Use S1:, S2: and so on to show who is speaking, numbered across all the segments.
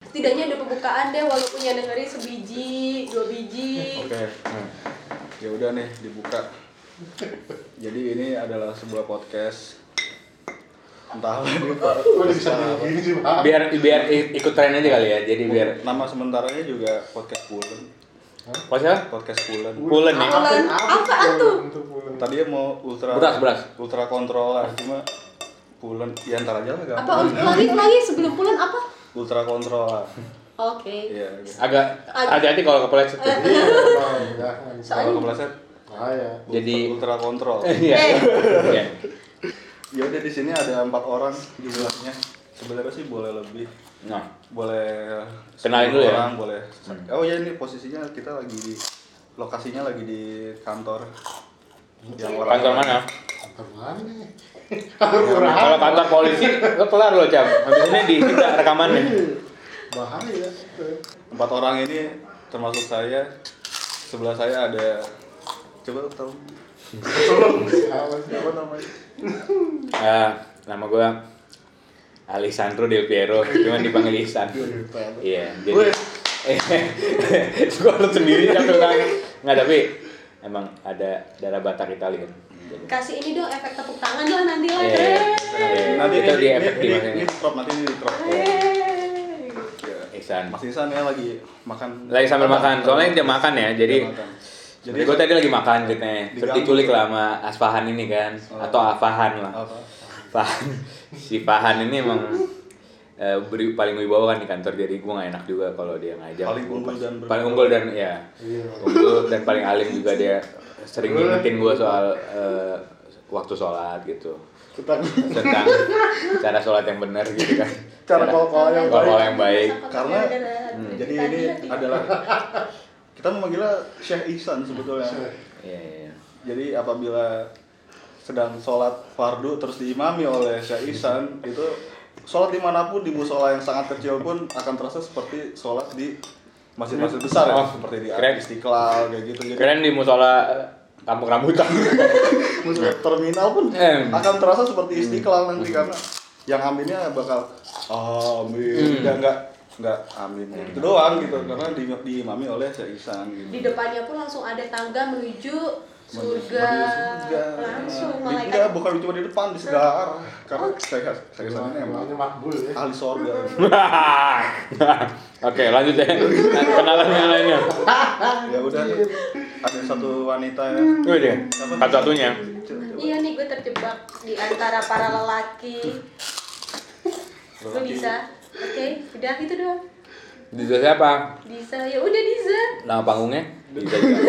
S1: setidaknya ada pembukaan deh walaupun yang dengerin sebiji dua biji
S2: Oke, nah, ya udah nih dibuka. Jadi ini adalah sebuah podcast. Entahlah ini po-
S3: Gue udah bisa bilang gini sih, Pak.
S4: biar biar i- ikut tren aja kali ya jadi biar
S2: nama sementaranya juga podcast Pulen.
S4: apa sih
S2: Podcast Pulen.
S4: Pulen nih.
S1: Pulen. Apaan tuh?
S2: Tadinya mau ultra
S4: Beras, beras.
S2: ultra kontrol lah cuma Pulen ya ntar aja lah
S1: apa
S2: gampang.
S1: lagi lagi sebelum bulan apa
S2: Ultra kontrol lah.
S1: oke
S2: Iya. gitu.
S4: agak hati-hati kalau kepleset tuh.
S1: Eh. Soalnya-
S2: Kalau kepleset
S3: Ah ya.
S4: jadi
S2: ultra kontrol.
S4: iya
S1: Eh.
S4: Iya.
S2: Ya udah di sini ada empat orang jumlahnya. Sebenarnya sih boleh lebih.
S4: nah
S2: boleh 10
S4: Kenalin dulu ya.
S2: orang, boleh oh ya ini posisinya kita lagi di lokasinya lagi di kantor yang orang
S4: kantor mana
S3: Kantor mana?
S4: kalau kantor polisi lo kelar lo jam habis ini di kita rekamannya
S3: Bahaya.
S2: empat orang ini termasuk saya sebelah saya ada coba tahu
S3: Siapa sih?
S2: apa namanya
S4: ah nama gue Alessandro Del Piero cuman dipanggil Isan iya jadi sekolah sendiri sambil nangis nggak tapi emang ada darah Batak Italian Jadi,
S1: kasih ini dong efek tepuk tangan lah nanti lah
S4: Iya, iya, iya.
S2: nanti
S4: Itu
S2: ini
S4: di
S2: ini
S4: efek di
S2: ini,
S4: Iya. mana
S2: ini
S4: ini?
S2: crop nanti ini di crop
S1: Yeay.
S2: Ya.
S4: Isan
S2: Mas Isan ya lagi makan Iya,
S4: lagi sambil makan soalnya dia makan ya jadi
S2: Dia makan.
S4: jadi gue tadi lagi makan gitu nih terus
S2: Diganggu. ya?
S4: diculik lah sama Asfahan ini kan
S2: Oh.
S4: atau Afahan lah
S2: apa
S4: Fahan si Fahan ini emang eh, beri- paling wibawa kan di kantor jadi gue gak enak juga kalau dia ngajak
S2: Paling
S4: Gua
S2: unggul
S4: pas-
S2: dan berwibawa.
S4: paling unggul dan ya
S3: Iya.
S4: unggul dan paling alim juga dia sering ngingetin gue soal eh, waktu sholat gitu
S3: Kita
S4: tentang cara sholat yang benar gitu kan
S2: Cara kol-kol yang baik.
S4: kol-kol
S2: Hmm.
S4: yang baik
S2: karena jadi ini adalah kita memanggilnya Syekh Ihsan sebetulnya
S4: Iya, iya, iya.
S2: Jadi apabila sedang sholat fardu terus diimami oleh Syekh Ihsan itu sholat dimanapun di musola yang sangat kecil pun akan terasa seperti sholat di masjid-masjid besar ya
S4: Oh,
S2: seperti di
S4: keren.
S2: Istiqlal kayak gitu jadi
S4: keren di musola eh, kampung rambutan
S2: musola terminal pun
S4: Eh.
S2: akan terasa seperti Istiqlal nanti karena yang aminnya bakal
S4: Hmm.
S2: amin dan nggak nggak amin itu doang gitu karena di, diimami oleh Syekh Ihsan gitu.
S1: di depannya pun langsung ada tangga menuju surga,
S2: Menuju surga.
S1: langsung
S2: Di- Enggak,
S1: malaikat Oh.
S2: bukan cuma di depan, di segala arah. Karena saya saya kesannya emang
S3: Emangnya makbul ya.
S2: ahli sorga.
S1: Hmm.
S4: oke lanjut ya kenalan yang lainnya
S2: ya udah,
S1: Iya.
S2: ada satu wanita ya.
S4: itu dia satu satunya
S1: Hmm. iya nih gue terjebak di antara para lelaki gue bisa oke udah itu doang
S4: Diza siapa
S1: Disa ya udah Disa
S4: nama panggungnya Diza juga.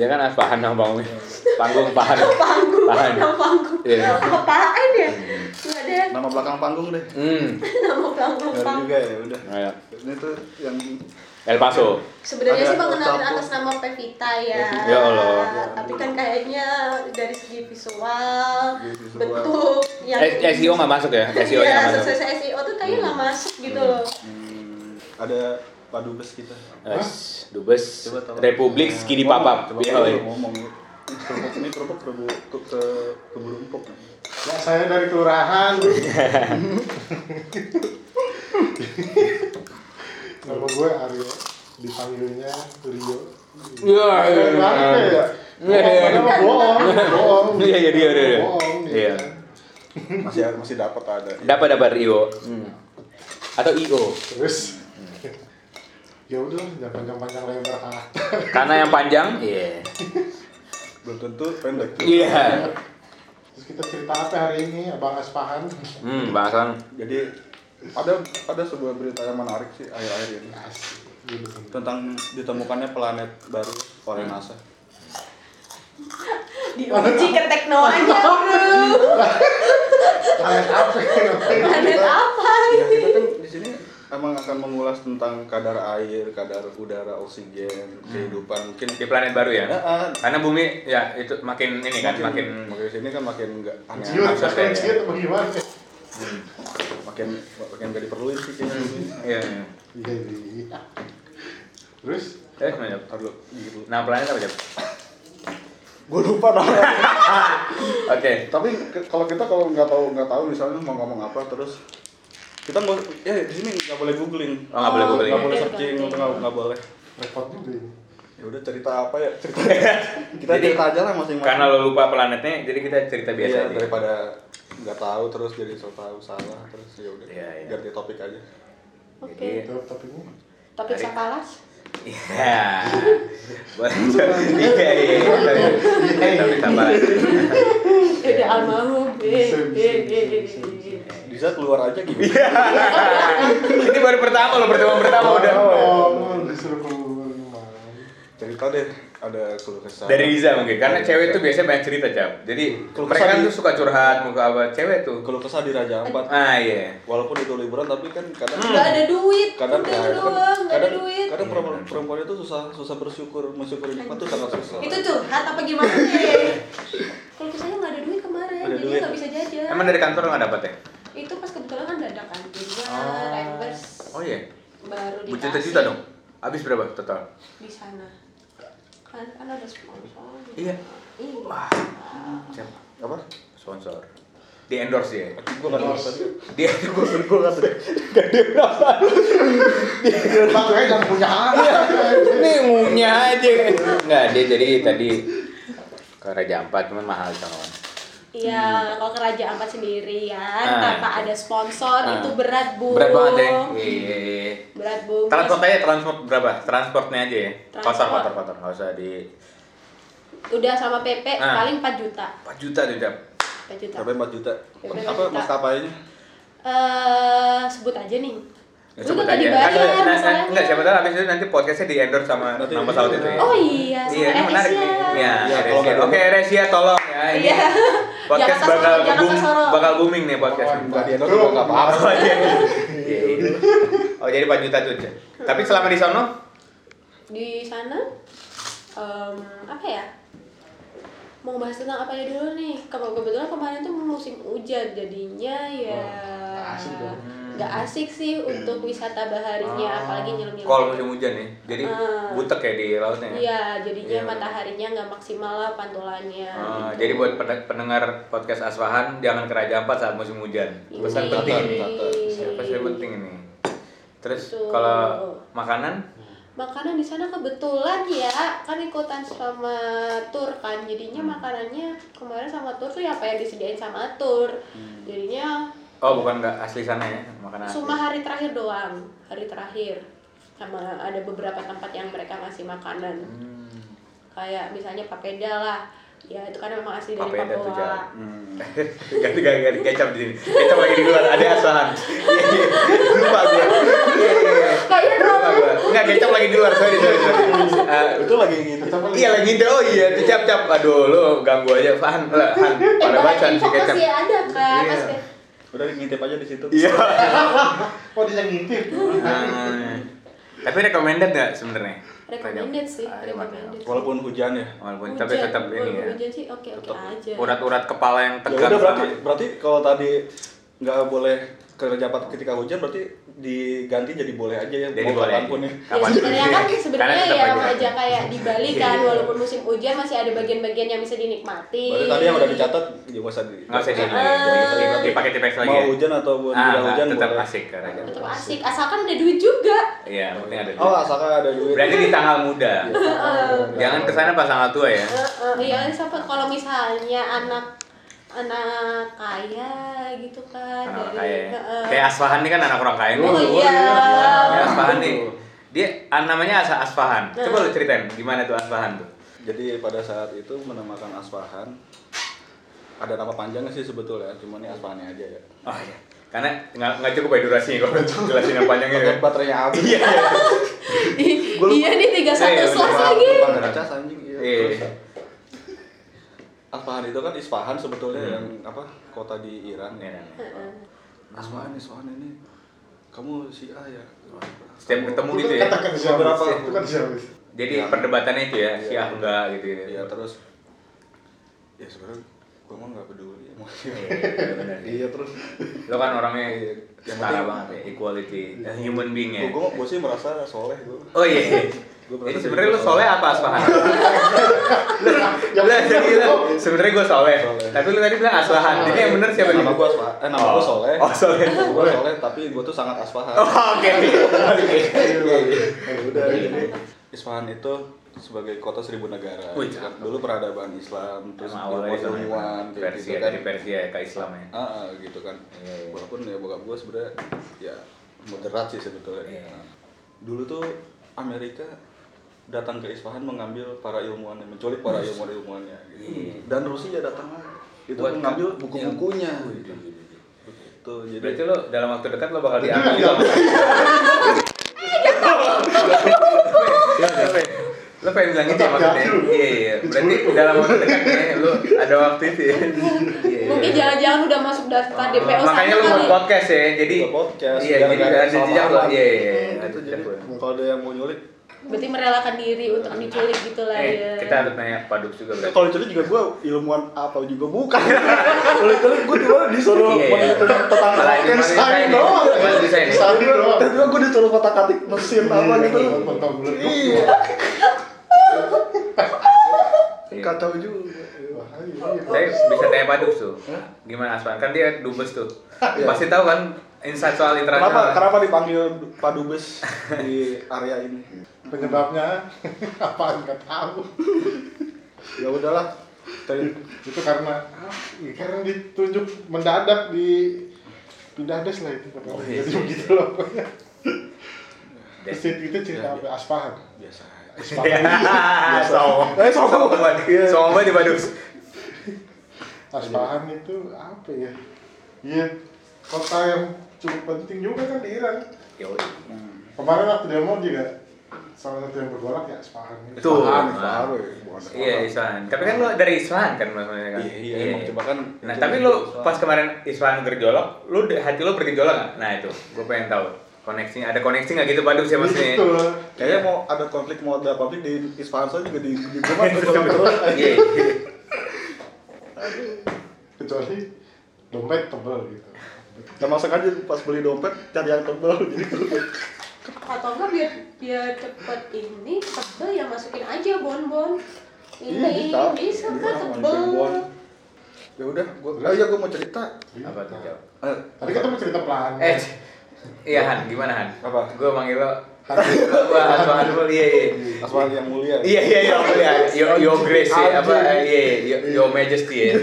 S4: dia kan Aspahan nama panggungnya panggung Pahan
S1: panggung
S4: Tahan.
S1: nama panggung
S4: Iya.
S1: apaan ya nggak ada
S2: Nama belakang panggung deh.
S4: hmm
S1: nama panggung
S2: Dari
S1: panggung
S2: juga ya, udah.
S4: ayo.
S2: Ini tuh yang
S4: Oh, iya. El Paso
S1: Sebenarnya
S2: Ada
S1: sih mengenalin
S2: campur.
S1: atas nama Pevita ya.
S4: Ya Allah.
S1: Tapi kan kayaknya dari segi visual,
S2: Dari visual.
S1: bentuk yang
S4: Eh, SEO nggak masuk ya SEO nya
S1: ya,
S4: nggak masuk
S1: sesuai sama SEO tuh kayaknya nggak masuk gitu loh.
S2: hmm, ada padubes kita.
S4: Es, Eh, Dubes
S2: Coba tolong.
S4: Republik Skidi Papap
S2: Coba
S4: Iya,
S2: kalau
S4: woy.
S2: ngomong. Ini kerupuk, ini kerupuk kerbu ke ke keburu empuk.
S3: Ya saya dari kelurahan. Nama gue Aryo. Dipanggilnya Rio.
S4: Iya, iya,
S3: Keren banget ya.
S4: Iya, iya.
S3: Bohong, bohong, bohong.
S4: Iya, iya, iya, iya, iya.
S3: Bohong,
S4: Iya.
S3: kan.
S2: Masih masih dapat ada.
S4: dapat dapat Rio Hmm. atau IO
S3: Terus ya udah jangan panjang-panjang lebar kata.
S4: karena yang panjang iya
S2: Belum tentu pendek.
S4: iya
S3: Terus kita cerita apa hari ini, Abang Aspahan?
S4: hmm bang Hasan
S2: Jadi ada ada sebuah berita yang menarik sih akhir-akhir ini.
S3: Asik. Gitu.
S2: tentang ditemukannya planet baru oleh NASA.
S1: Diuji ke tekno aja bro.
S3: Planet apa?
S1: Planet apa?
S2: Ya, kita kan di sini emang akan mengulas tentang kadar air, kadar udara, oksigen, kehidupan mungkin
S4: di planet baru ya
S2: Ah, ah.
S4: karena bumi ya itu makin ini kan makin
S2: makin makin sini kan makin nggak aneh,
S3: Ciut,
S4: Maksudnya ya.
S3: ciut, bagaimana?
S2: makin makin nggak diperluin sih kayaknya.
S4: iya iya.
S3: Iya, iya. Terus?
S4: eh gimana Jap?
S2: Aduh, gitu.
S4: nah planet apa Jap?
S2: Gue lupa namanya.
S4: oke
S2: Tapi ke- kalau kita kalau nggak tahu nggak tahu misalnya mau ngomong apa terus Kita nggak ya di sini nggak boleh googling.
S4: Oh, nggak boleh
S1: Oh,
S4: googling.
S2: Nggak boleh
S1: oke,
S2: searching,
S1: oke.
S2: itu nggak nggak boleh.
S3: repot juga ini.
S2: Ya udah cerita apa ya? Cerita. kita
S4: Jadi,
S2: cerita aja lah masing-masing.
S4: Karena lo lupa planetnya, jadi kita cerita biasa
S2: Iya,
S4: aja.
S2: daripada nggak tahu terus jadi so tahu salah terus ya udah
S4: Iya, iya.
S2: ganti topik aja.
S1: Oke.
S4: Jadi-
S3: Tuh, tapi ini
S1: Topik
S4: Tarik.
S1: sakalas.
S4: Iya. Boleh. Iya, iya, iya. Tapi tambah. Iya.
S1: Eh, dia almarhum. Eh,
S3: Bisa,
S1: eh,
S3: bisa,
S1: eh, eh,
S3: bisa,
S1: eh,
S3: bisa, bisa.
S1: eh.
S4: iya.
S2: Bisa keluar aja gimana?
S4: Ini baru pertama lo pertemuan pertama udah.
S3: Oh, disuruh keluar gimana?
S2: cerita deh ada keluh kesah
S4: Dari Riza mungkin, karena
S2: Dari
S4: cewek
S2: Riza.
S4: tuh biasanya banyak cerita, Cap. Jadi
S2: Kalau
S4: mereka kan
S2: kesal di-
S4: tuh suka curhat muka apa cewek tuh.
S2: keluh kesah di Raja Ampat
S4: Ah iya.
S2: walaupun itu liburan tapi kan kadang
S1: Gak ada duit.
S2: kadang
S1: Udah
S2: ya,
S1: itu doang, gak ada
S2: kadang,
S1: duit.
S2: kadang
S4: Hmm. Iya,
S2: perempuan,
S4: benar.
S2: perempuan itu susah susah bersyukur mensyukuri nikmat itu sangat susah
S1: Itu curhat apa gimana nih? Kalau saya nggak ada duit kemarin,
S2: Nggak ada
S1: jadi
S2: duit.
S1: nggak bisa jajan.
S4: Emang dari kantor lo nggak dapet ya?
S1: Itu pas kebetulan kan dadakan juga,
S4: Oh.
S1: reimburse
S4: Oh iya.
S1: baru dikasih.
S4: Berjuta-juta dong. Habis berapa total?
S1: Di sana. Kan, kan ada sponsor.
S4: Iya.
S1: Iya.
S4: Wah. Cap,
S2: apa
S4: sponsor. Di endorse ya.
S2: gue nggak
S3: Endorse.
S2: tahu
S4: Di endorse gue nggak
S3: Makanya jangan punya anak.
S4: Ini ngunyah aja. Nggak dia jadi tadi ke Raja Ampat cuman mahal kan.
S1: Iya, kalau kerajaan empat sendirian
S4: Ah,
S1: tanpa ada
S4: iya.
S1: sponsor
S4: Ah.
S1: itu berat bu.
S4: Berat banget ya. Iya, iya, iya.
S1: Berat bu.
S4: Transport aja transport berapa? Transportnya aja ya. Kotor
S1: Transport.
S4: kotor kotor nggak usah di
S1: Udah sama PP
S4: Ah.
S1: paling 4 juta.
S4: 4 juta tuh jam.
S1: 4 juta.
S2: sampai 4 juta
S1: Sampai
S2: apa
S1: 4 juta.
S2: maskapainya
S1: Eh, sebut aja nih.
S4: Ya,
S1: Lu
S4: sebut
S1: gak
S4: aja.
S1: dibayar
S4: Kan, nah, nah,
S1: masalahnya.
S4: enggak siapa tahu habis itu nanti podcastnya di endorse sama
S2: Nanti-
S4: nama salut itu ya.
S1: Oh iya, sama
S4: ini menarik nih.
S1: Eresia.
S4: Iya,
S2: Iya,
S4: Eresia.
S2: kalau nggak ada-
S4: Oke, Resia tolong ya. Ini
S1: Iya.
S4: podcast
S1: Jangan
S4: bakal
S1: kasar, jangan
S4: boom,
S1: kasar.
S4: bakal booming nih podcast.
S3: Kawan.
S2: nggak di endorse juga nggak apa-apa
S4: Oh, iya. Iya, iya. Oh, jadi 4 juta tuh. Cek. Tapi selama di sono
S1: Di sana em, apa ya? Mau bahas tentang apa ya dulu nih? Kalau kebetulan kemarin tuh musim hujan jadinya ya
S3: Wah, asik dong.
S1: nggak asik sih untuk wisata baharinya
S4: Oh.
S1: apalagi nyelam-nyelam.
S4: Kalau musim hujan nih. Jadi
S1: Hmm.
S4: butek ya di lautnya. ya?
S1: Iya, jadinya
S4: Iya.
S1: mataharinya nggak maksimal lah pantulannya.
S4: Ah,
S1: gitu.
S4: jadi buat pen- pendengar podcast Aswahan jangan ke Raja Ampat saat musim hujan.
S1: Ini.
S4: Pesan
S2: Iya.
S4: penting ini.
S2: Tata,
S4: Siapa sih penting ini? Terus
S1: Betul.
S4: kalau makanan
S1: Makanan di sana kebetulan ya, kan ikutan sama tur kan, jadinya
S4: Hmm.
S1: makanannya kemarin sama tur tuh ya apa yang disediain sama tur.
S4: Hmm.
S1: Jadinya
S4: oh bukan nggak asli sana ya makanan. asli.
S1: cuma hari terakhir doang, hari terakhir. Sama ada beberapa tempat yang mereka ngasih makanan.
S4: Hmm.
S1: Kayak misalnya papeda lah. Ya itu kan memang asli dari
S4: Papeda tuh
S1: Papua.
S4: jarang.
S2: Hmm.
S4: ganti ganti ganti kecap di sini. Kecap lagi di luar ada Aswahan. Iya, iya. Lupa gue. Iya, iya, iya.
S1: Kayaknya
S4: Lupa gue. Enggak kecap lagi di luar. Sorry sorry sorry. Ah,
S2: itu lagi gitu
S4: Iya lagi ngintip, oh iya tuh cap cap, aduh lo ganggu aja Fan, lah Han,
S1: Eh,
S4: pada
S1: bahan
S4: bacan si
S1: info
S4: kecap.
S1: pasti ada kan,
S4: Iya.
S1: Mas.
S2: udah ngintip aja di situ
S4: Iya.
S3: Oh, dia yang ngintip.
S4: Ah, tapi recommended nggak sebenarnya?
S1: Recommended sih,
S4: Ah, iya, mantap.
S1: recommended.
S2: walaupun hujan ya
S4: Walaupun
S1: Hujan,
S4: tapi tetap ini
S1: walaupun
S4: ya.
S1: Hujan sih oke oke
S4: Tetap
S1: aja.
S4: urat-urat kepala yang
S2: ya
S4: tegang.
S2: udah berarti
S4: sama-
S2: berarti kalau tadi nggak boleh kerja apa ketika hujan berarti diganti jadi boleh aja ya
S4: Jadi
S2: mau
S4: boleh.
S2: kapanpun ya
S1: Ya sebenarnya kan sebenarnya
S4: Karena tetap Iya.
S1: ya
S4: aja.
S1: sama aja kayak di Bali kan walaupun musim hujan masih ada bagian-bagian yang bisa dinikmati.
S2: berarti tadi yang udah dicatat ya nggak usah di
S4: Nggak usah di
S1: Ah.
S4: dipakai tipeks lagi.
S2: mau
S4: ya?
S2: hujan atau
S4: Ah,
S2: tidak
S4: nggak,
S2: hujan
S4: tetap
S2: boleh.
S4: asik karena. gitu.
S1: Tetap asik asalkan ada duit juga.
S4: Iya, yang penting ada.
S2: oh asalkan ada duit
S4: Berarti di tanggal muda. Jangan kesana pas tanggal tua ya.
S1: Eh, eh, Iya siapa kalau misalnya anak anak kaya gitu kan
S4: Anak orang
S1: dari
S4: kaya. ya.
S1: eh, eh.
S4: Kayak Asfahan nih kan anak orang kaya nih.
S1: Oh iya.
S4: Ya, Asfahan nih. Dia ah, namanya Asa Asfahan. Coba lu ceritain gimana tuh Asfahan tuh.
S2: Jadi pada saat itu menamakan Aspahan ada nama panjangnya sih sebetulnya, cuma ini Aspahannya aja ya.
S4: Oh iya. Karena nggak nggak cukup ya durasinya kalau jelasin yang panjang gitu.
S2: Pakai baterainya habis.
S4: Iya.
S2: Gua lupa.
S1: Iya nih 31
S4: Iya, iya,
S1: slash
S4: lupa.
S1: lagi.
S2: Lupa nggak ada cas anjing. Iya.
S4: Iya.
S2: terus. Aspahan itu kan Isfahan sebetulnya
S4: Hmm.
S2: yang apa kota di Iran ya.
S4: Iya. Hmm.
S2: Aspahan, Isfahan ini kamu si A ya.
S4: Setiap ketemu gitu ya.
S3: Katakan siapa?
S2: Berapa?
S3: Itu kan siapa?
S4: Jadi
S2: Iya.
S4: perdebatannya itu ya,
S2: Iya.
S4: sih ah enggak gitu. gitu.
S2: Ya terus ya sebenarnya gua mah nggak peduli
S4: Iya,
S2: emang.
S4: iya, benar.
S2: Iya terus
S4: Lo kan orangnya
S2: Iya. Yang
S4: setara
S2: penting- Iya.
S4: banget ya, equality, human being ya.
S2: gue gue sih merasa soleh gue.
S4: Oh iya.
S2: Gua
S4: Jadi
S2: berarti
S4: sebenarnya lu
S2: jadi
S4: soleh apa aspahan? Lah, jadi lu sebenarnya gue soleh.
S2: Soleh.
S4: Tapi lu tadi bilang aspahan. Jadi yang bener siapa nih?
S2: Nama gua Aspa. Eh nama gua
S4: Oh.
S2: Soleh.
S4: Oh, Soleh.
S2: Nama gua Soleh tapi gua tuh sangat Aspahan.
S4: Oh, Oke.
S2: Ya udah jadi Isfahan itu sebagai kota seribu negara.
S4: Wih,
S2: Kan
S4: cakep.
S2: dulu peradaban Islam, terus
S4: Sama Oh, iya. awalnya
S2: ilmu
S4: sama
S2: ilmuwan kayak
S4: Persia
S2: gitu kan.
S4: dari Persia ke Islam ya.
S2: Ah, ah, gitu kan.
S4: Iya, iya.
S2: Walaupun ya bokap gue sebenarnya ya moderat sih sebetulnya.
S4: Iya.
S2: Nah, Dulu tuh Amerika datang ke Isfahan mengambil para ilmuwan, menculik para ilmuwan-ilmuwannya. Gitu.
S4: Iya.
S2: Dan Rusia datang lagi. Itu
S4: Buat
S2: mengambil
S4: kan-
S2: buku-bukunya.
S4: Wih,
S2: gitu.
S4: wih, wih, wih.
S2: Tuh,
S4: iya. Berarti
S2: jadi
S4: lu dalam waktu dekat lu bakal diambil dong. Lo pengen bilang gitu ya maksudnya? Iya, iya. Berarti dalam waktu dekat nih, lu ada waktu itu ya? Iya, iya.
S1: Mungkin jangan-jangan udah masuk daftar DPO
S4: Oh. Makanya
S1: sana
S4: lu buat
S1: kali.
S4: podcast ya, jadi
S2: Buat podcast,
S4: Iya,
S2: biar
S4: jadi
S2: nggak
S4: ada
S2: ada
S4: jejak lu.
S2: kesalahan.
S4: Iya, iya, iya.
S2: Hmm,
S4: Ada
S2: itu
S4: jejak
S2: jadi
S4: lu.
S2: kalau ada yang mau nyulik
S1: Berarti merelakan diri untuk diculik gitu lah
S4: Eh,
S1: ya.
S4: kita harus nanya Pak Duk juga
S2: Eh,
S4: berarti.
S2: kalau diculik juga gue ilmuwan apa juga bukan kalau diculik gue cuma disuruh
S4: Iya,
S2: yeah,
S4: iya.
S2: tetangga
S4: Malah
S2: pakai
S4: ini, malah
S2: sain
S4: ini.
S2: doang
S4: Malah desain ya?
S2: sain doang tiba gue disuruh kotak katik mesin apa gitu
S3: Iya, kotak meledak.
S2: iya
S4: Iya.
S2: kacau juga
S4: Saya bisa tanya Pak Duk tuh. Gimana Aswan? Kan dia dubes tuh.
S2: Iya.
S4: Pasti tahu kan insight soal
S2: kenapa
S4: internasional.
S2: kenapa dipanggil Pak Dubes di area ini
S3: Penyebabnya apa nggak tahu.
S2: ya udahlah Tadi-
S3: Itu karena ya, karena ditunjuk mendadak di pindah des lah itu.
S4: Oh, iya,
S3: Jadi
S4: iya,
S3: begitu loh pokoknya.
S4: Des. Iya,
S3: Terus itu cerita apa Aspahan.
S2: biasa aja.
S4: Hahaha, Sombong.
S2: Eh, sombong.
S4: Sombong banget.
S2: Iya.
S4: Sombong banget di Pak Duk. iya.
S3: Aspahan itu apa ya? Iya, kota yang cukup penting juga kan di Iran.
S4: Yoi.
S3: Kemarin waktu demo juga salah satu yang bergolak ya Aspahan itu.
S4: Tuh.
S2: Isfahan,
S4: Nah.
S2: Isfahan, weh. Bukan Isfahan.
S4: Iya, Iswan. Tapi kan lo dari Iswan kan maksudnya kan?
S2: Iya, iya, emang coba kan.
S4: Nah, tapi lo pas kemarin Iswan gerjolok, lo di- hati lo bergejolak nggak? Nah itu, gue pengen tahu koneksinya. Ada koneksi nggak gitu Baduk sih maksudnya?
S3: Gitu.
S2: kayaknya mau ada konflik mau ada konflik di Isfahan saya juga di di rumah terus
S4: Iya.
S3: Kecuali dompet tebel gitu.
S2: Nah, masa aja pas beli dompet cari yang tebel jadi
S1: Atau enggak biar biar cepet ini tebel ya masukin aja bonbon. Ini
S2: Iya,
S1: bisa kan
S2: Iya,
S1: tebel.
S2: bonbon. Ya udah, gua oh iya gua mau cerita.
S4: Apa tuh jawab?
S2: Eh,
S3: Iya. Tadi kita mau cerita pelan.
S4: Eh, c- iya Han, gimana Han?
S2: Apa?
S4: Gue manggil lo. Wah, Han, Han, Han, iya iya.
S2: Aswan yang mulia.
S4: Iya iya iya, iya. Your, your Grace ya, apa? Iya, iya, Your, your Majesty ya.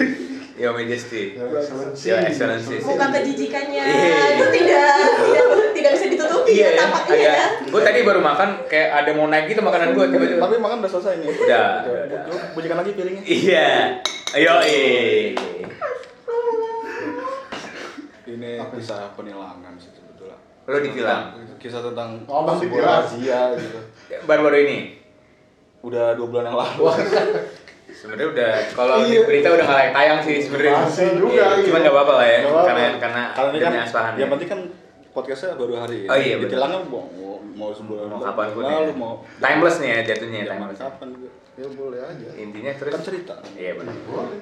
S2: Ya.
S4: Your Majesty.
S3: Your Excellency.
S4: Your Excellency.
S1: Muka kejijikannya
S4: Iya.
S1: itu tidak tidak tidak bisa ditutupi ya
S4: Iya,
S1: tampaknya ya.
S4: Gue tadi baru makan, kayak ada mau naik gitu makanan gue tiba-tiba.
S2: Tapi makan udah selesai nih.
S4: Udah,
S2: Coba-
S4: udah,
S2: coba Bunyikan lagi piringnya.
S4: Iya. Ayo, eh.
S2: Ini kisah penilangan sih sebetulnya.
S4: Lo dibilang
S2: Kisah tentang
S3: Oh, abang
S2: sebuah
S3: dibilang.
S2: razia gitu.
S4: baru-baru ini.
S2: Udah dua bulan yang lalu.
S4: Sebenarnya udah kalau di
S2: Iya.
S4: berita udah nggak layak tayang sih sebenarnya.
S3: Masih juga,
S4: Iya,
S3: iya.
S4: Cuman nggak apa-apa lah ya,
S2: Gak apa-apa.
S4: karena karena
S2: Karena ini kan
S4: demi ya. Aspahan.
S2: yang penting kan podcastnya baru hari ini
S4: Oh, iya, benar.
S2: ditilangnya mau mau- mau sebulan
S4: mau
S2: lalu,
S4: kapan pun ya.
S2: lalu mau
S4: Timeless nih ya jatuhnya ya,
S2: zaman
S4: timeless.
S2: kapan juga ya boleh aja
S4: Intinya terus
S2: kan cerita
S4: Iya benar.
S3: Boleh.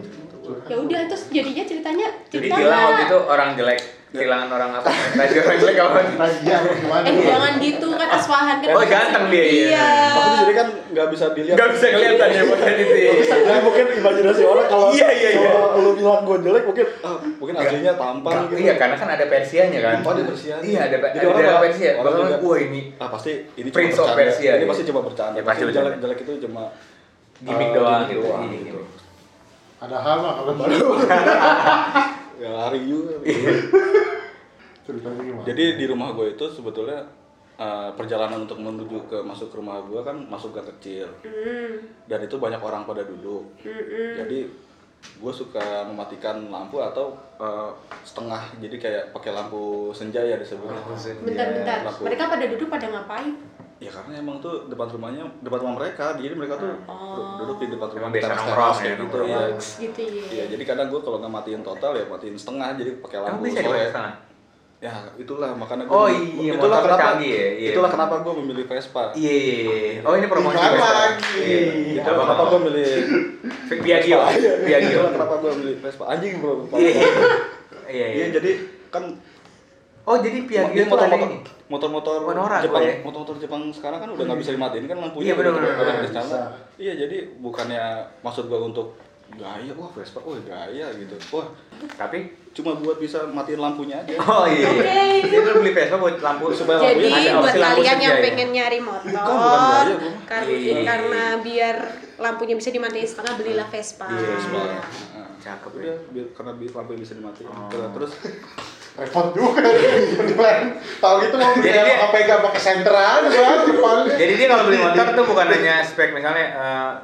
S1: Ya udah terus jadinya ceritanya
S4: Jadi gitu.
S1: cinta
S4: bilang waktu
S1: lah.
S4: itu orang jelek, kehilangan orang apa? Tadi orang jelek apa?
S3: Razia apa gimana?
S1: Eh jangan gitu kan aswahan kan.
S4: Iya. Oh, ganteng dia, iya.
S1: Iya.
S2: tapi jadi kan nggak bisa kan dilihat
S4: Gak bisa kelihatan ya bukan itu. ya.
S2: Nah, mungkin imajinasi orang kalau
S4: Iya, iya, iya.
S2: kalau lu bilang gue jelek mungkin ah, mungkin
S4: Nggak.
S2: aslinya tampan
S4: Nggak,
S2: gitu
S4: Iya karena kan ada Persianya kan.
S2: Oh, ada Persianya.
S4: Iya ada
S2: Jadi
S4: ada
S2: orang
S4: orang
S2: nggak-
S4: Persia.
S2: orang
S4: Orang
S2: nggak-
S4: wah ini
S2: ah pasti ini cuma
S4: Prince of
S2: bercanda.
S4: Persia,
S2: ini
S4: iya.
S2: pasti cuma bercanda
S4: Ya, pasti
S2: gitu. Pasti
S4: bercanda.
S2: jelek jelek itu cuma
S4: gimmick
S2: eh,
S4: doang
S2: gimmick
S4: gitu.
S2: doang,
S4: Iya,
S2: gitu.
S4: iya.
S3: Ada hal lah kalau baru.
S2: ya lari juga
S3: Ceritanya gimana?
S2: Jadi di rumah gue itu sebetulnya eh, perjalanan untuk menuju ke masuk ke rumah gue kan masuk gang kecil
S1: Hmm.
S2: dan itu banyak orang pada duduk. Jadi gue suka mematikan lampu atau eh, setengah jadi kayak pakai lampu senja ya disebutnya.
S1: Bentar-bentar.
S2: Iya, laku.
S1: hmm. Mereka pada duduk pada ngapain?
S2: Ya karena emang tuh depan rumahnya depan rumah mereka jadi mereka tuh
S1: Oh.
S2: duduk di depan rumah
S4: Emang biasa
S2: teras-teras
S4: nongkrong
S2: kayak
S4: ya,
S2: gitu
S4: nongkrong.
S2: iya.
S1: Gitu
S2: Iya,
S1: ya.
S2: jadi kadang gue kalau nggak matiin total ya matiin setengah jadi pakai
S4: Emang
S2: lampu
S4: bisa di
S2: sore.
S4: sana?
S2: Ya itulah makanya
S4: Oh,
S2: gua-
S4: iya,
S2: itulah
S4: motor
S2: kenapa
S4: canggih ya, iya.
S2: itulah kenapa gue memilih Vespa.
S4: Iya. Oh ini promosi
S3: Iklan
S4: Vespa.
S3: lagi.
S4: Iya.
S2: Itu
S4: Apa
S2: kenapa
S4: apa?
S2: gue milih
S4: Piagio.
S2: Iya,
S4: Piagio.
S2: Itulah kenapa gue milih Vespa anjing bro.
S4: Iya.
S2: Iya
S4: Iya.
S2: jadi kan
S4: Oh jadi Piaggio itu modelnya
S2: motor-motor
S4: ini?
S2: motor-motor
S4: Menora
S2: Jepang,
S4: gua ya. Hmm.
S2: motor-motor Jepang sekarang kan udah nggak bisa dimatiin kan lampunya.
S4: Iya, bener,
S2: gitu,
S4: bener,
S2: udah
S3: bener.
S2: nggak nyala.
S3: Bisa.
S2: Iya, jadi bukannya maksud gua untuk gaya, wah Vespa, wah gaya gitu. Wah,
S4: Tapi
S2: cuma buat bisa matiin lampunya aja.
S4: Oh iya.
S1: Oke.
S4: Dia tuh beli Vespa buat lampu supaya
S1: Jadi
S4: lampunya Iya, ada
S1: buat
S4: opsi lampu
S1: kalian yang
S4: senja ya.
S1: pengen nyari motor,
S2: Bukan, bukan bahaya, Bu.
S1: kar-
S4: Iya.
S1: karena biar lampunya bisa dimatiin setengah belilah Vespa.
S4: Iya, Vespa.
S2: Heeh.
S4: Cakep ya.
S2: Nah, Udah, biar karena bi- lampunya bisa dimatiin.
S4: Oh.
S2: Terus
S3: repot juga Beneran. tahu gitu mau beli
S4: Jadi dia-
S3: apa yang gak pakai senter aja kan depannya
S4: Jadi dia kalau beli motor tuh bukan hanya spek misalnya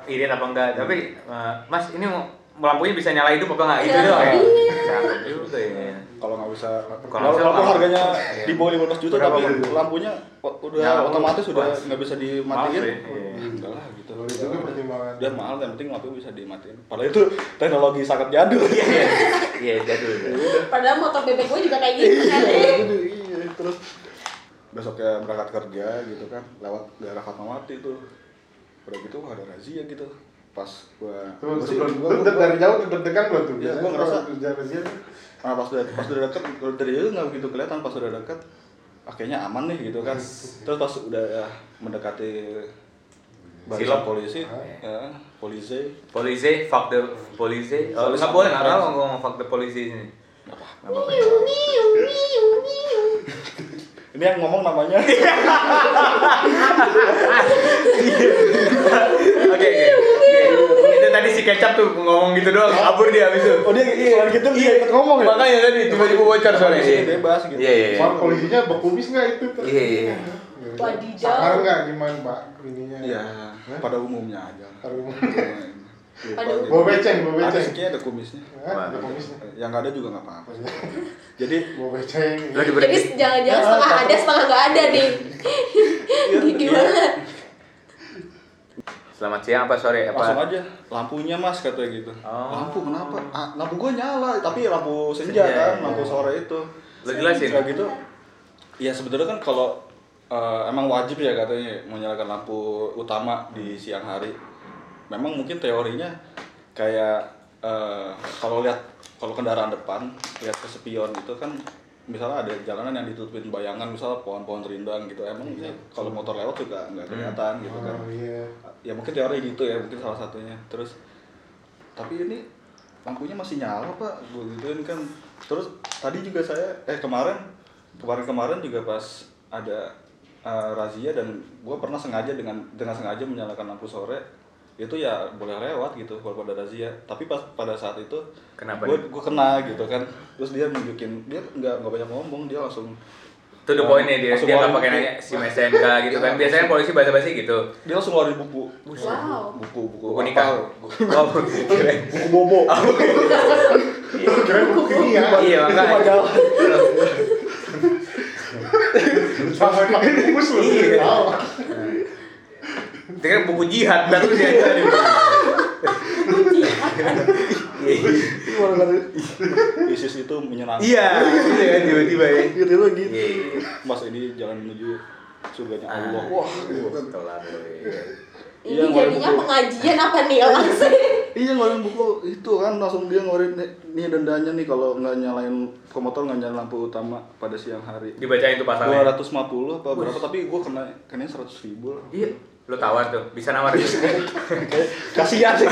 S4: eh, irit apa enggak, tapi eh, Mas ini mau lampunya bisa nyala hidup apa enggak? Itu
S1: Iya.
S4: doang ya.
S1: Iya.
S4: Cakep juga ya.
S2: kalau nggak bisa
S4: Kalau
S2: kalau
S4: bisa
S2: walaupun
S4: apa?
S2: harganya
S4: Iya.
S2: di bawah 15 juta
S4: Berapa gitu? Ya,
S2: tapi
S4: beli?
S2: lampunya o- udah
S4: Nyala mulu.
S2: otomatis udah
S4: Wah.
S2: nggak bisa dimatiin.
S4: Mahal ya, iya.
S2: Wah, Enggak lah gitu.
S3: Boleh juga pertimbangan.
S2: Udah mahal yang penting lampunya bisa dimatiin. Padahal itu teknologi sangat jadul.
S4: Iya, jadul.
S1: Padahal motor bebek gue juga kayak gitu kan.
S2: Aduh, iya terus besoknya berangkat kerja gitu kan lewat daerah Fatmawati tuh udah gitu wah, ada razia gitu pas gua
S3: Tuh,
S2: gua sih-
S3: sebelum
S2: gua-
S3: lu
S2: gua-
S3: dari jauh udah deg-degan belum tuh?
S2: Iya,
S3: Biasanya
S2: gua ngerasa-
S3: kalau kerja kerja tuh,
S2: Nah, pas udah pas udah deket kalau dari jauh nggak begitu kelihatan pas udah deket ah, kayaknya aman nih gitu kan terus pas udah ah, mendekati barisan
S4: Silop.
S2: polisi
S3: Ah.
S2: ya, polisi
S4: Polisi, fuck the polisi. Oh,
S2: Polisi.
S4: enggak boleh, enggak tahu ngomong fuck the polisi ini.
S1: Iya,
S4: Nggak apa-apa.
S1: Miu, miu, miu.
S2: ini yang ngomong namanya
S1: iya,
S4: Oke, oke. Oke. Itu tadi si kecap tuh ngomong gitu doang, kabur dia habis itu.
S2: oh dia iya gitu dia ikut ngomong ya
S4: Makanya tadi tiba-tiba bocor soalnya.
S2: Polisi bebas gitu.
S4: Iya, iya. iya.
S3: Soal polisinya berkumis nggak itu?
S4: Iya, iya, iya.
S1: Wadidaw.
S3: Sakar nggak gimana mbak? Ininya.
S2: iya
S3: Hah?
S2: pada umumnya aja Iya,
S1: Pada
S2: Lupa
S3: Pada umumnya.
S2: gitu.
S3: Bawa beceng, bawa
S2: ada
S3: beceng.
S2: sih ada kumisnya
S3: Hah? Ada kumisnya.
S2: yang nggak ada juga nggak apa-apa sih. jadi
S3: Bawa beceng.
S4: Lo
S1: Jadi
S4: diberi
S1: jangan-jangan setengah
S4: Iya.
S1: ada, setengah nggak ada nih. Gimana?
S4: iya. Selamat siang apa sore apa?
S2: langsung aja lampunya mas katanya gitu
S4: Oh.
S2: lampu kenapa ah, lampu gua nyala tapi lampu senja,
S4: Senja,
S2: kan
S4: iya.
S2: lampu sore itu
S4: Lo jelasin.
S2: Udah gitu ya sebetulnya kan kalau eh, emang wajib ya katanya menyalakan lampu utama di siang hari memang mungkin teorinya kayak eh, kalau lihat kalau kendaraan depan lihat ke spion itu kan misalnya ada jalanan yang ditutupin bayangan misalnya pohon-pohon rindang gitu emang ya kalau motor lewat juga nggak kelihatan gitu kan
S3: Oh iya.
S2: ya mungkin teori gitu ya mungkin salah satunya terus tapi ini lampunya masih nyala pak gue gituin kan terus tadi juga saya eh kemarin kemarin kemarin juga pas ada eh, razia dan gue pernah sengaja dengan dengan sengaja menyalakan lampu sore itu ya boleh lewat gitu kalau pada razia tapi pas pada saat itu
S4: Kenapa
S2: gue
S4: nih?
S2: gue kena gitu kan terus dia nunjukin dia nggak nggak banyak ngomong dia langsung
S4: To the point nih dia,
S2: Langsung "Iya."
S4: dia nggak
S2: ngeluarin
S4: pakai
S2: buku.
S4: nanya si SMK gitu kan. Biasanya polisi basa-basi gitu.
S2: dia langsung ngeluarin buku
S1: Wow.
S2: buku buku
S4: Buku nikah.
S2: apa?
S4: Oh, keren.
S2: buku bobo
S3: Keren buku kimia.
S4: Iya,
S2: itu
S4: makanya.
S2: majalah
S3: Sama pakai kumis lu.
S4: Iya.
S3: Tahu.
S4: Itu kan buku jihad kan tuh dia.
S2: ISIS itu menyenangkan.
S4: Iya, iya kan tiba-tiba ya.
S2: Gitu lo gitu. Ah.
S4: Iya.
S2: Mas ini jalan menuju surganya Allah.
S4: Wah,
S2: Wah.
S4: kelar lo, iya.
S1: Ini
S2: Iya, ngeluarin
S1: jadinya
S2: buku.
S1: pengajian apa nih ya, orang sih?
S2: Iya ngeluarin buku itu kan langsung dia ngeluarin "Nih, nih dendanya nih kalau nggak nyalain komuter nggak nyalain lampu utama pada siang hari.
S4: Dibacain tuh pasalnya.
S2: 250 apa berapa tapi gue kena kena 100 ribu lah.
S4: Iya, lo tawar tuh, bisa nawar gitu.
S2: Iya. Kasihan sih.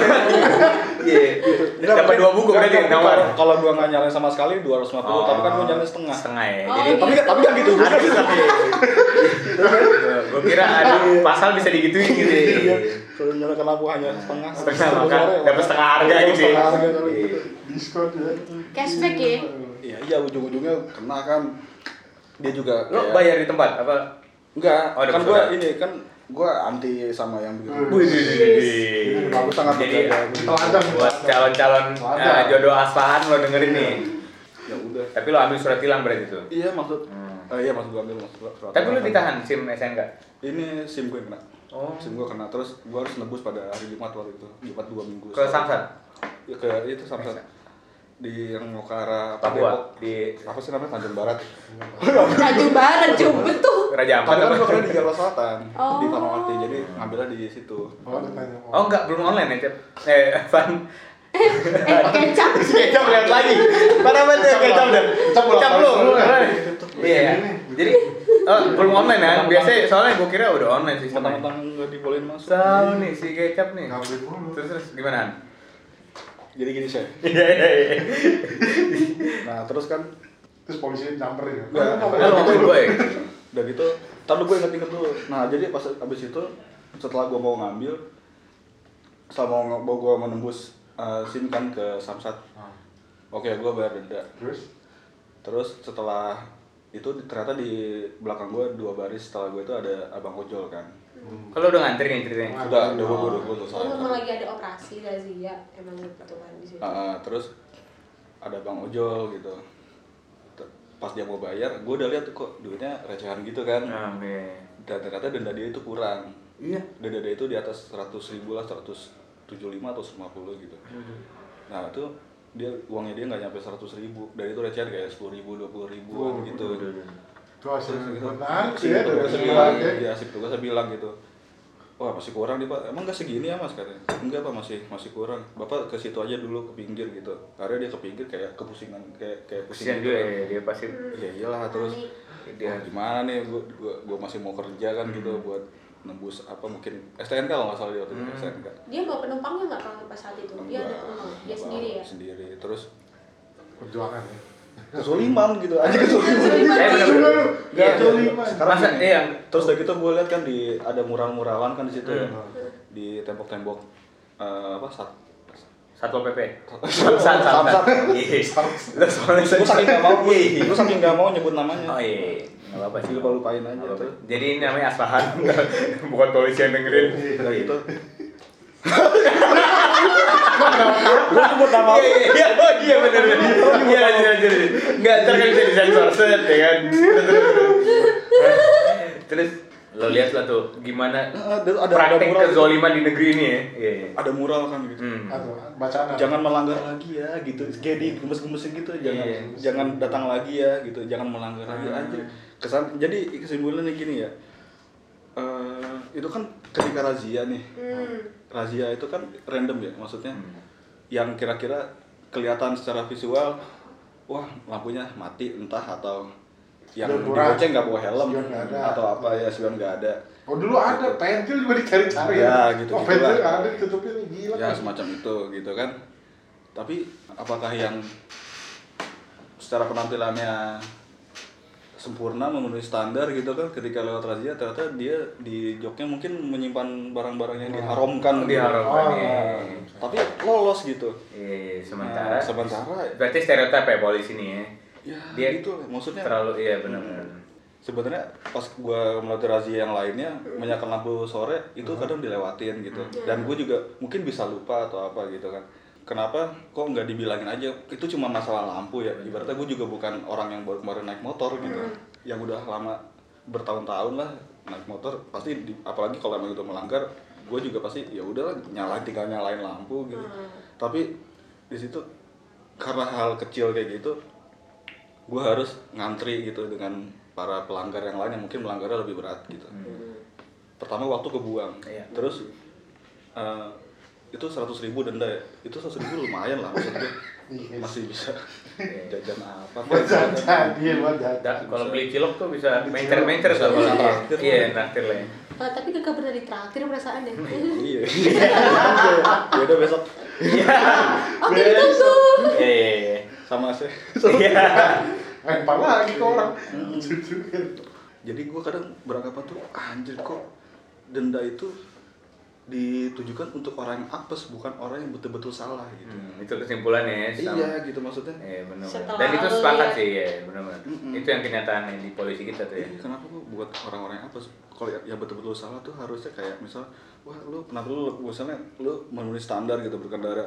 S4: Iya, dapat dua buku berarti nawar.
S2: Kalau gua nggak nyalain sama sekali 250 tapi kan gua nyalain setengah.
S4: Setengah ya.
S1: Oh,
S4: Jadi
S2: Tapi tapi nggak gitu juga.
S4: ada tapi gue kira ada pasal bisa digituin gitu
S2: Iya.
S4: ya.
S2: Kalau nyalakan lampu hanya setengah.
S4: setengah
S2: Sore,
S4: makan
S2: makanya.
S4: dapat setengah harga
S2: Dapat
S4: gitu
S2: setengah harga kali gitu.
S3: Diskon ya.
S1: Cashback ya?
S2: Iya, iya ujung-ujungnya kena kan. Dia juga
S4: lo
S2: kayak-
S4: bayar di tempat apa
S2: Enggak,
S4: Oh, Hmm. ada
S2: kan gua
S4: persoalan.
S2: ini kan gua anti sama yang begitu.
S3: Wih,
S2: Aku sangat
S4: jadi
S2: menjaga.
S3: Teladan.
S4: buat calon-calon
S3: Wadah.
S4: eh, jodoh aspahan lo dengerin nih
S2: Ya udah.
S4: tapi lo ambil surat tilang berarti tuh
S2: Iya, maksud
S4: Hmm.
S2: eh, iya maksud gua ambil maksud gua surat
S4: tapi lo
S2: tangan.
S4: ditahan sim SNK
S2: Ini SIM gua yang kena.
S4: Oh.
S2: SIM gua kena terus gua harus nebus pada hari Jumat waktu itu. Jumat 2 minggu.
S4: ke Samsat
S2: Ya, ke itu Samsat. Di yang mau ke arah
S4: Papua
S2: Depok.
S4: di
S2: Apa sih namanya Tanjung Barat?
S1: Tanjung Barat, Jombet tuh.
S4: Raja Ampat
S2: Tapi kan
S4: apa?
S2: gua kena di Jakarta Selatan, di
S1: Oh.
S2: Fatmawati. Jadi ngambilnya di situ.
S3: Oh, ada tanya.
S4: oh enggak belum online ya cep eh Van
S1: Eh, kecap.
S4: kecap lihat lagi mana mana kecap udah
S3: Kecap ulang
S4: kecap
S3: tahun
S4: lo
S3: dulu, kan?
S4: Iya. Jadi oh, belum online kan? Biasanya soalnya gue kira udah online sistemnya.
S2: mentang-mentang nggak dibolehin masuk
S4: Tahu nih si kecap nih.
S3: Nggak boleh mulu.
S4: Terus terus gimana? Han?
S2: jadi gini saya
S4: Iya iya iya.
S2: nah terus kan
S3: Terus polisi nyamperin ya.
S2: Nggak,
S3: Kamu
S4: Lu
S3: mau
S4: ngomong
S3: ngapain?
S4: gue. ya?
S2: udah gitu taruh gue inget-inget dulu nah jadi pas abis itu setelah gue mau ngambil sama mau mau gue menembus eh, SIM kan ke Samsat
S4: Ah.
S2: oke gue bayar denda
S3: Terus
S2: terus setelah itu di- ternyata di belakang gue dua baris setelah gue itu ada abang ojol kan
S4: Kalau udah ngantri nih ceritanya.
S2: sudah udah gue udah gue tuh
S1: Oh,
S2: soalnya
S1: memang lagi ada operasi razia emang gitu kan di situ.
S2: Ah, ah, terus ada bang ojol gitu Ter- pas dia mau bayar gue udah lihat kok duitnya recehan gitu kan
S4: Ah, Oke.
S2: dan ternyata denda dia itu kurang
S4: Iya.
S2: denda dia itu di atas 100 ribu lah 175 atau 150 gitu nah itu dia uangnya dia nggak nyampe 100 ribu dan itu recehan kayak 10 ribu 20 ribu
S3: Oh,
S2: gitu
S3: itu hasil
S2: Terus gitu.
S3: menarik
S2: Si
S3: sih
S4: Iya,
S3: ya dari
S2: petugasnya bilang,
S3: bilang
S2: ya si petugasnya bilang gitu. Wah masih kurang nih pak, emang nggak segini ya mas katanya? Enggak pak masih masih kurang. Bapak ke situ aja dulu ke pinggir gitu. Karena dia ke pinggir kayak kepusingan kayak kayak pusing.
S4: Kesian juga
S2: gitu
S4: ya dia pasti.
S2: kan. Ya
S4: ah,
S2: iyalah terus
S4: Dia
S2: dia gimana nih gua, gua, gua masih mau kerja
S4: Hmm.
S2: kan gitu buat nembus apa mungkin STNK kalau nggak salah dia waktu
S4: Hmm.
S2: itu STNK.
S1: Dia bawa penumpangnya nggak kalau pas saat itu? Dia ada
S2: Enggak,
S1: penumpang, dia
S2: enggak,
S1: sendiri ya.
S2: Sendiri terus
S3: perjuangan ya.
S2: Hmm. kesuliman gitu aja kesuliman.
S4: Eh benar.
S3: Iya,
S2: Iya,
S3: Sulaiman.
S2: sekarang
S4: Masa
S2: gini.
S4: iya.
S2: Terus udah gitu gue lihat kan di ada mural-muralan kan di situ ya.
S4: Hmm.
S2: Di tembok-tembok eh, apa sat
S4: Satpol PP. Samsat samsat. Iya. Lah soalnya
S2: gue saking gak mau gue saking gak mau nyebut namanya
S4: Oh iya. Enggak apa-apa sih.
S2: lupa lupain aja
S4: Nggak apa-apa.
S2: tuh
S4: Jadi ini namanya Aspahan, bukan polisi yang dengerin. Iya,
S2: udah gitu gue nyebut nama
S4: Iya, iya, iya, oh, iya bener bener. Iya anjir anjir. Enggak ntar kan bisa disensor set ya kan. Terus lo lihat lah tuh gimana
S2: Eh, ada- ada- ada
S4: praktek
S2: mural gitu.
S4: kezoliman di negeri ini ya. Iya. iya.
S2: ada mural kan gitu
S4: Hmm.
S3: Atau bacaan.
S2: jangan melanggar lagi ya gitu kayak di gemes-gemesin gitu jangan
S4: Iya. Ah.
S2: jangan datang lagi ya gitu jangan melanggar lagi aja kesan jadi kesimpulannya gini ya Eh, itu kan ketika razia nih
S1: Hmm.
S2: razia itu kan random ya maksudnya
S4: Hmm.
S2: yang kira-kira kelihatan secara visual wah lampunya mati entah atau yang
S3: Udah kurang.
S2: diboceng nggak bawa helm
S3: Spion nggak ada.
S2: atau apa ya spion nggak ada
S3: Oh dulu ada pentil juga dicari-cari.
S2: Ya, gitu,
S3: Oh
S2: gitu
S3: pentil
S2: lah.
S3: nggak ada ditutupin gila.
S2: ya
S3: kan.
S2: semacam itu gitu kan tapi apakah yang secara penampilannya sempurna memenuhi standar gitu kan ketika lewat razia ternyata dia di joknya mungkin menyimpan barang-barang yang diharamkan
S4: Diharapkan
S3: Oh.
S4: ya.
S2: Ah. tapi lolos gitu
S4: Iya, iya, sementara.
S2: Nah, sementara-
S4: Berarti stereotip ya polisi nih ya.
S2: ya
S4: Dia
S2: gitu maksudnya
S4: terlalu iya benar benar.
S2: sebenarnya pas gua melatih razia yang lainnya menyalakan lampu sore itu kadang dilewatin gitu dan gue juga mungkin bisa lupa atau apa gitu kan kenapa kok nggak dibilangin aja itu cuma masalah lampu ya ibaratnya gue juga bukan orang yang baru kemarin naik motor gitu yang udah lama bertahun-tahun lah naik motor pasti di- apalagi kalau emang itu melanggar gue juga pasti ya udahlah nyalain tinggal nyalain lampu gitu tapi di situ karena hal kecil kayak gitu gue harus ngantri gitu dengan para pelanggar yang lain yang mungkin melanggarnya lebih berat gitu. Pertama waktu kebuang,
S4: Iya.
S2: terus eh, itu seratus ribu denda ya, itu seratus ribu lumayan lah maksud gue
S3: Iya.
S2: masih bisa jajan apa? Ya.
S3: Jajan, iya buat jajan.
S4: Da- kalau beli cilok tuh bisa
S3: Beli cilok.
S4: mencer-mencer tuh
S2: Bisa
S4: kalau
S2: traktir.
S4: iya traktir lah. ya.
S1: Ah, tapi kakak pernah ditraktir perasaannya.
S2: Iya. Ya udah besok
S1: Oke, ditunggu.
S4: Iya iya iya.
S2: sama saya.
S4: Iya.
S3: Lempar lagi ke orang. Jujur.
S2: Hmm. Jadi gue kadang beranggapan tuh anjir kok denda itu ditujukan untuk orang yang apes bukan orang yang betul-betul salah gitu.
S4: Hmm, itu kesimpulannya ya. sama-
S2: Iya gitu maksudnya.
S4: Iya benar.
S1: Setelah
S4: Dan itu
S1: lu
S4: sepakat
S1: lihat.
S4: sih ya benar-benar.
S2: Mm-mm.
S4: Itu yang kenyataannya di polisi kita tuh ya.
S2: Iya, kenapa kok buat orang-orang yang apa sih? kalau yang- yang betul-betul salah tuh harusnya kayak misal wah lu kenapa lu misalnya lu memenuhi standar gitu berkendara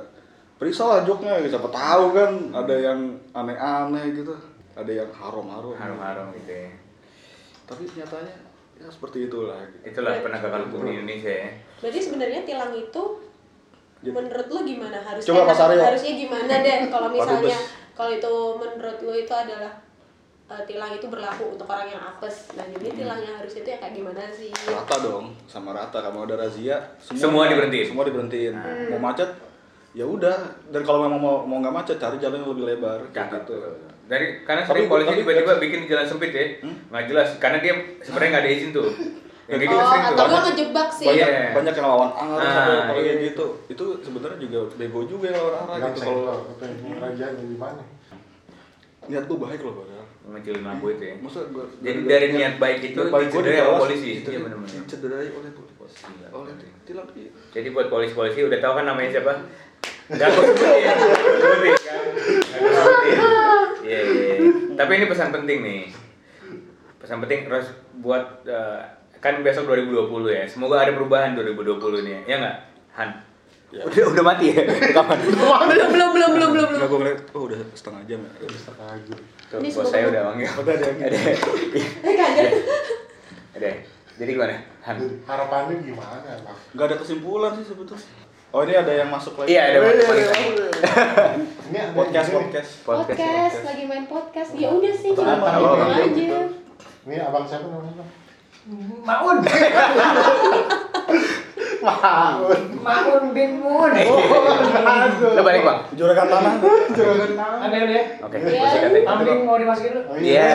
S2: periksa lah joknya siapa tahu kan ada yang aneh-aneh gitu ada yang haram-haram
S4: Harum-harum gitu ya.
S2: tapi nyatanya ya seperti itulah gitu.
S1: Iya.
S4: Itulah penegakan hukum di Indonesia ya.
S1: Berarti sebenarnya tilang itu
S2: Jadi-
S1: menurut lo gimana harusnya?
S2: Coba Mas Aryo.
S1: Harusnya gimana dan kalau
S2: Pak
S1: misalnya
S2: Dubes.
S1: kalau itu menurut lo itu adalah eh, tilang itu berlaku untuk orang yang apes. Nah,
S2: Hmm.
S1: jadi tilangnya harusnya itu yang kayak gimana sih?
S2: rata dong sama rata kamu ada razia
S4: Semua diberhentiin. Nah.
S2: semua diberhentiin mau macet ya udah dan kalau memang mau mau nggak macet cari jalan yang lebih lebar kayak
S4: Cakep.
S2: gitu
S4: Dari karena
S2: Tapi-
S4: sering polisi
S2: tapi- Hmm?
S4: tiba-tiba bikin jalan sempit ya, nggak jelas. Karena dia sebenarnya nggak ada izin tuh. Yang kayak gitu
S1: Oh,
S4: sering
S1: atau
S4: tuh.
S1: gue ngejebak sih.
S2: banyak
S4: Iya.
S2: banyak yang lawan arah
S4: Nah,
S2: sampai kalau
S4: iya.
S2: kayak gitu itu sebenarnya juga bego juga yang lawan arah
S3: Nggak
S2: gitu
S3: kalau
S2: kalau
S3: pengen kerajaan yang gimana?
S2: niat gue baik loh padahal
S4: Mengecilin lampu itu ya.
S2: Maksudnya gua,
S4: Jadi
S2: gara-gara
S4: dari niat baik itu
S2: niat baik gua
S4: dicederai sama
S2: dibalas,
S4: polisi.
S2: dicederai-
S4: Iya, benar-benar.
S2: dicederai oleh polisi
S4: Gila.
S2: oleh tilak iya.
S4: Jadi buat polisi-polisi udah tahu kan namanya siapa? Gak aku sebutin, aku sebutin kan? Gak aku sebutin. Iya, iya, iya. Tapi ini pesan penting nih. Pesan penting harus buat eh, kan besok 2020 ya. Semoga ada perubahan 2020 nih. Ya nggak, Han?
S2: Ya.
S4: Udah udah mati ya. Kapan?
S1: belum, belum, belum, belum, belum,
S2: Nah,
S1: belum.
S2: gue ngeliat, oh udah setengah jam ya.
S3: Setengah
S4: Tuh,
S1: Ini kan?
S4: bos
S1: semoga-
S4: saya udah manggil.
S2: Udah ada yang
S4: Ada.
S1: Eh,
S2: Iya,
S1: kaget.
S4: Ada. Jadi gimana? Han.
S3: Harapannya gimana, Pak?
S2: Gak ada kesimpulan sih sebetulnya. Oh ini ada yang masuk lagi.
S4: Iya, ada
S2: Oh,
S4: masuk lagi.
S3: Ini ada
S2: Podcast,
S3: ini nih.
S2: podcast.
S1: Podcast, lagi main podcast. Ya udah sih, kita
S2: Apa,
S1: main
S2: apa,
S1: aja.
S2: gitu.
S3: Ini abang siapa namanya? Bang?
S5: Maun.
S3: Maun.
S5: Maun bin Mun.
S2: Eh.
S3: Oh, Aduh.
S4: Lo balik bang.
S2: Juragan tanah.
S3: Juragan tanah.
S5: Ambil deh.
S4: Oke.
S1: Iya.
S4: bos saya kata.
S5: Kambing mau dimasukin dulu.
S3: Oh,
S4: Iya.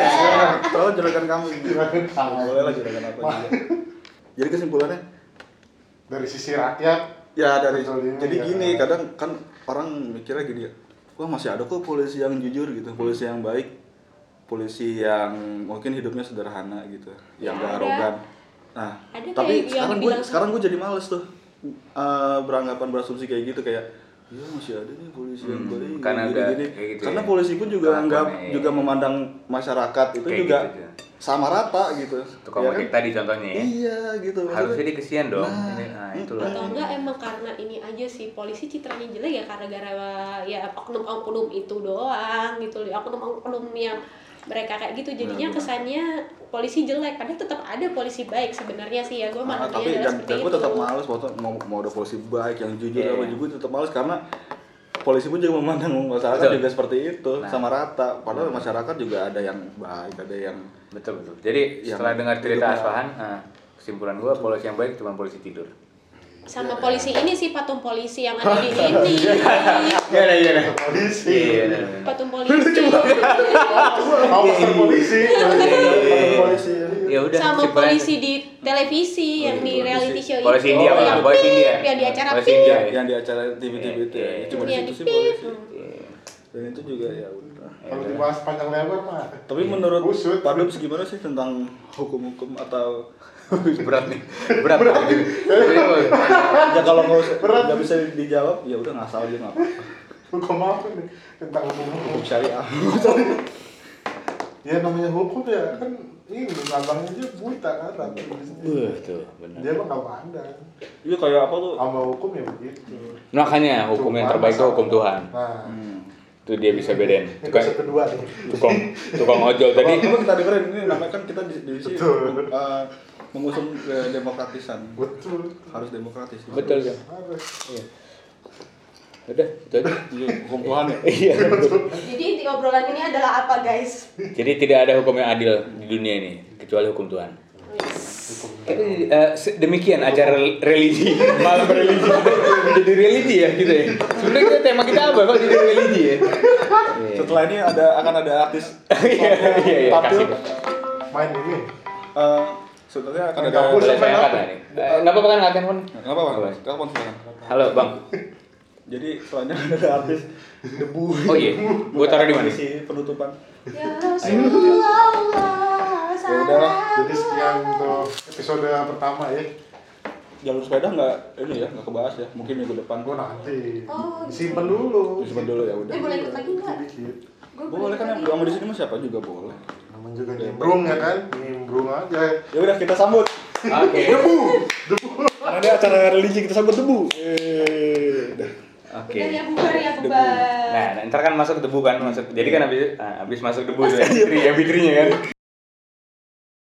S2: Terlalu juragan kamu.
S3: Juragan tanah.
S2: Boleh lah juragan apa juga. Jadi kesimpulannya
S3: Dari sisi rakyat,
S2: ya dari
S3: Betul,
S2: jadi
S3: iya.
S2: gini kadang kan orang mikirnya gini ya wah masih ada kok polisi yang jujur gitu polisi yang baik polisi yang mungkin hidupnya sederhana gitu yang
S1: Ya,
S2: gak
S1: ada.
S2: arogan nah
S1: Ada kayak
S2: tapi
S1: yang
S2: sekarang gue
S1: bilang-
S2: sekarang gue jadi males tuh eh, beranggapan berasumsi kayak gitu kayak ya masih ada nih polisi yang
S4: Hmm,
S2: baik
S4: karena
S2: gini,
S4: ada
S2: gini."
S4: kayak gitu
S2: karena
S4: ya.
S2: polisi pun juga
S4: Karena
S2: nggak
S4: kone-
S2: juga memandang masyarakat itu
S4: Kayak
S2: juga
S4: gitu, ya.
S2: sama rata gitu
S4: Tukang
S2: Ya
S4: ojek
S2: kan?
S4: tadi contohnya ya.
S2: iya gitu
S4: Harusnya
S2: Maksudnya-
S4: dia kesian dong.
S2: Nah.
S4: Ini- Nah, itulah.
S1: hmm, Atau enggak emang karena ini aja sih polisi citranya jelek ya karena gara ya oknum-oknum itu doang gitu loh. Oknum-oknum yang mereka kayak
S2: Iya,
S1: gitu jadinya kesannya polisi jelek padahal tetap ada polisi baik sebenarnya sih ya gue
S2: Ah,
S1: malah
S2: tapi dan, dan gue tetap males waktu mau mau ada polisi baik yang jujur
S4: Iya,
S2: apa
S4: iya.
S2: juga tetap males karena polisi pun juga memandang masyarakat
S4: Betul.
S2: juga seperti itu
S4: Nah.
S2: sama rata padahal masyarakat juga ada yang baik ada yang
S4: Betul betul. Jadi
S2: Yang
S4: setelah dengar cerita
S2: hidupnya-
S4: Asfahan, ah, kesimpulan gua polisi yang baik cuma polisi tidur.
S2: Iya,
S1: sama polisi ini sih patung polisi yang ada di ini
S4: Iya iya iya.
S3: polisi.
S4: Iya. iya.
S1: patung polisi
S3: Mau pesan polisi.
S2: polisi
S4: Ya udah.
S1: sama
S4: kesimpulannya.
S1: polisi di
S2: Oh,
S1: televisi
S2: iya,
S1: yang di reality show itu Oh,
S4: Polisi India, Bang.
S1: yang
S4: Polisi India.
S1: pip, yang di acara
S4: Polisi
S1: pip,
S4: India.
S2: yang di acara TV TV itu ya,
S4: Iya, iya.
S2: cuma di
S1: Yang
S2: situ
S1: di
S2: sih
S1: pip.
S2: polisi dan itu juga ya udah
S3: Kalau dibahas panjang lebar mah.
S2: tapi menurut
S3: Usut.
S2: Pak Dubs gimana sih tentang hukum-hukum atau
S4: Berat nih. Berat. Berat.
S2: ya kalau nggak usah-
S3: Berat.
S2: nggak bisa dijawab ya udah ngasal aja nggak apa
S3: Hukum apa nih? Tentang hukum.
S2: hukum syariah
S3: Ya namanya hukum ya kan ini abangnya aja buta kan ratu.
S4: tuh benar.
S3: Dia mah nggak pandang.
S2: itu Iya, kayak apa tuh
S3: Sama hukum ya begitu.
S4: Nah, Makanya hukum yang
S3: Cuman
S4: terbaik itu
S3: masalah-
S4: hukum Tuhan. Hmm.
S3: Nah,
S4: Itu dia bisa bedain.
S3: ini
S4: Tukang
S3: konsep kedua nih.
S4: tukang tukang ojol
S2: Coba,
S4: tadi.
S2: coba kita dengerin ini namanya kan kita di, di sini
S3: Betul.
S2: eh, mengusung eh, demokratisan.
S3: Betul.
S2: Harus demokratis.
S4: Betul kan.
S3: Harus.
S4: Udah, itu aja.
S2: Iya, Hukum Tuhan ya.
S4: Iya. betul.
S1: jadi di obrolan ini adalah apa guys
S4: Jadi tidak ada hukum yang adil di dunia ini kecuali hukum Tuhan. Tapi eh, se- demikian acara religi malam religi jadi religi ya gitu ya. Sebenarnya kita tema kita apa kok jadi religi ya? Iya.
S2: Setelah ini ada akan ada artis
S4: Iya iya iya
S2: tampil.
S4: kasih.
S3: Main ini.
S2: Eh, sebenarnya akan ada.
S3: Kampus.
S4: Boleh saya angkat nggak nih? Eh, Nggak apa-apa kan angkat handphone?
S2: Nggak apa-apa. Telepon sekarang.
S4: Halo bang.
S2: Jadi setelahnya akan ada artis debu.
S4: Oh iya. Gue taruh di mana?
S2: Isi penutupan.
S1: Ya Rasulullah,
S2: Ya udahlah.
S1: 그
S3: Jadi sekian untuk episode pertama ya.
S2: Jalur sepeda nggak ini ya nggak kebahas ya. Mungkin minggu depan.
S3: Gue nanti.
S1: Oh, gitu.
S3: Simpen dulu.
S2: Simpen dulu ya, udah.
S1: Eh, boleh ikut lagi nggak?
S3: Dikit.
S1: Gua
S2: Boleh kan yang
S1: berani.
S2: sama di sini mah siapa juga boleh.
S3: Namun juga nimbrung ya kan? Nimbrung aja.
S2: Ya udah kita sambut.
S4: Oke.
S2: Karena ini acara religi kita sambut debu. Yeay. Udah.
S4: Oke.
S1: Bubar ya bubar ya bubar.
S4: ah, Nah, ntar kan masuk debu kan masuk. Jadi kan habis habis masuk debu tuh, ya, fitri- ya fitrinya kan.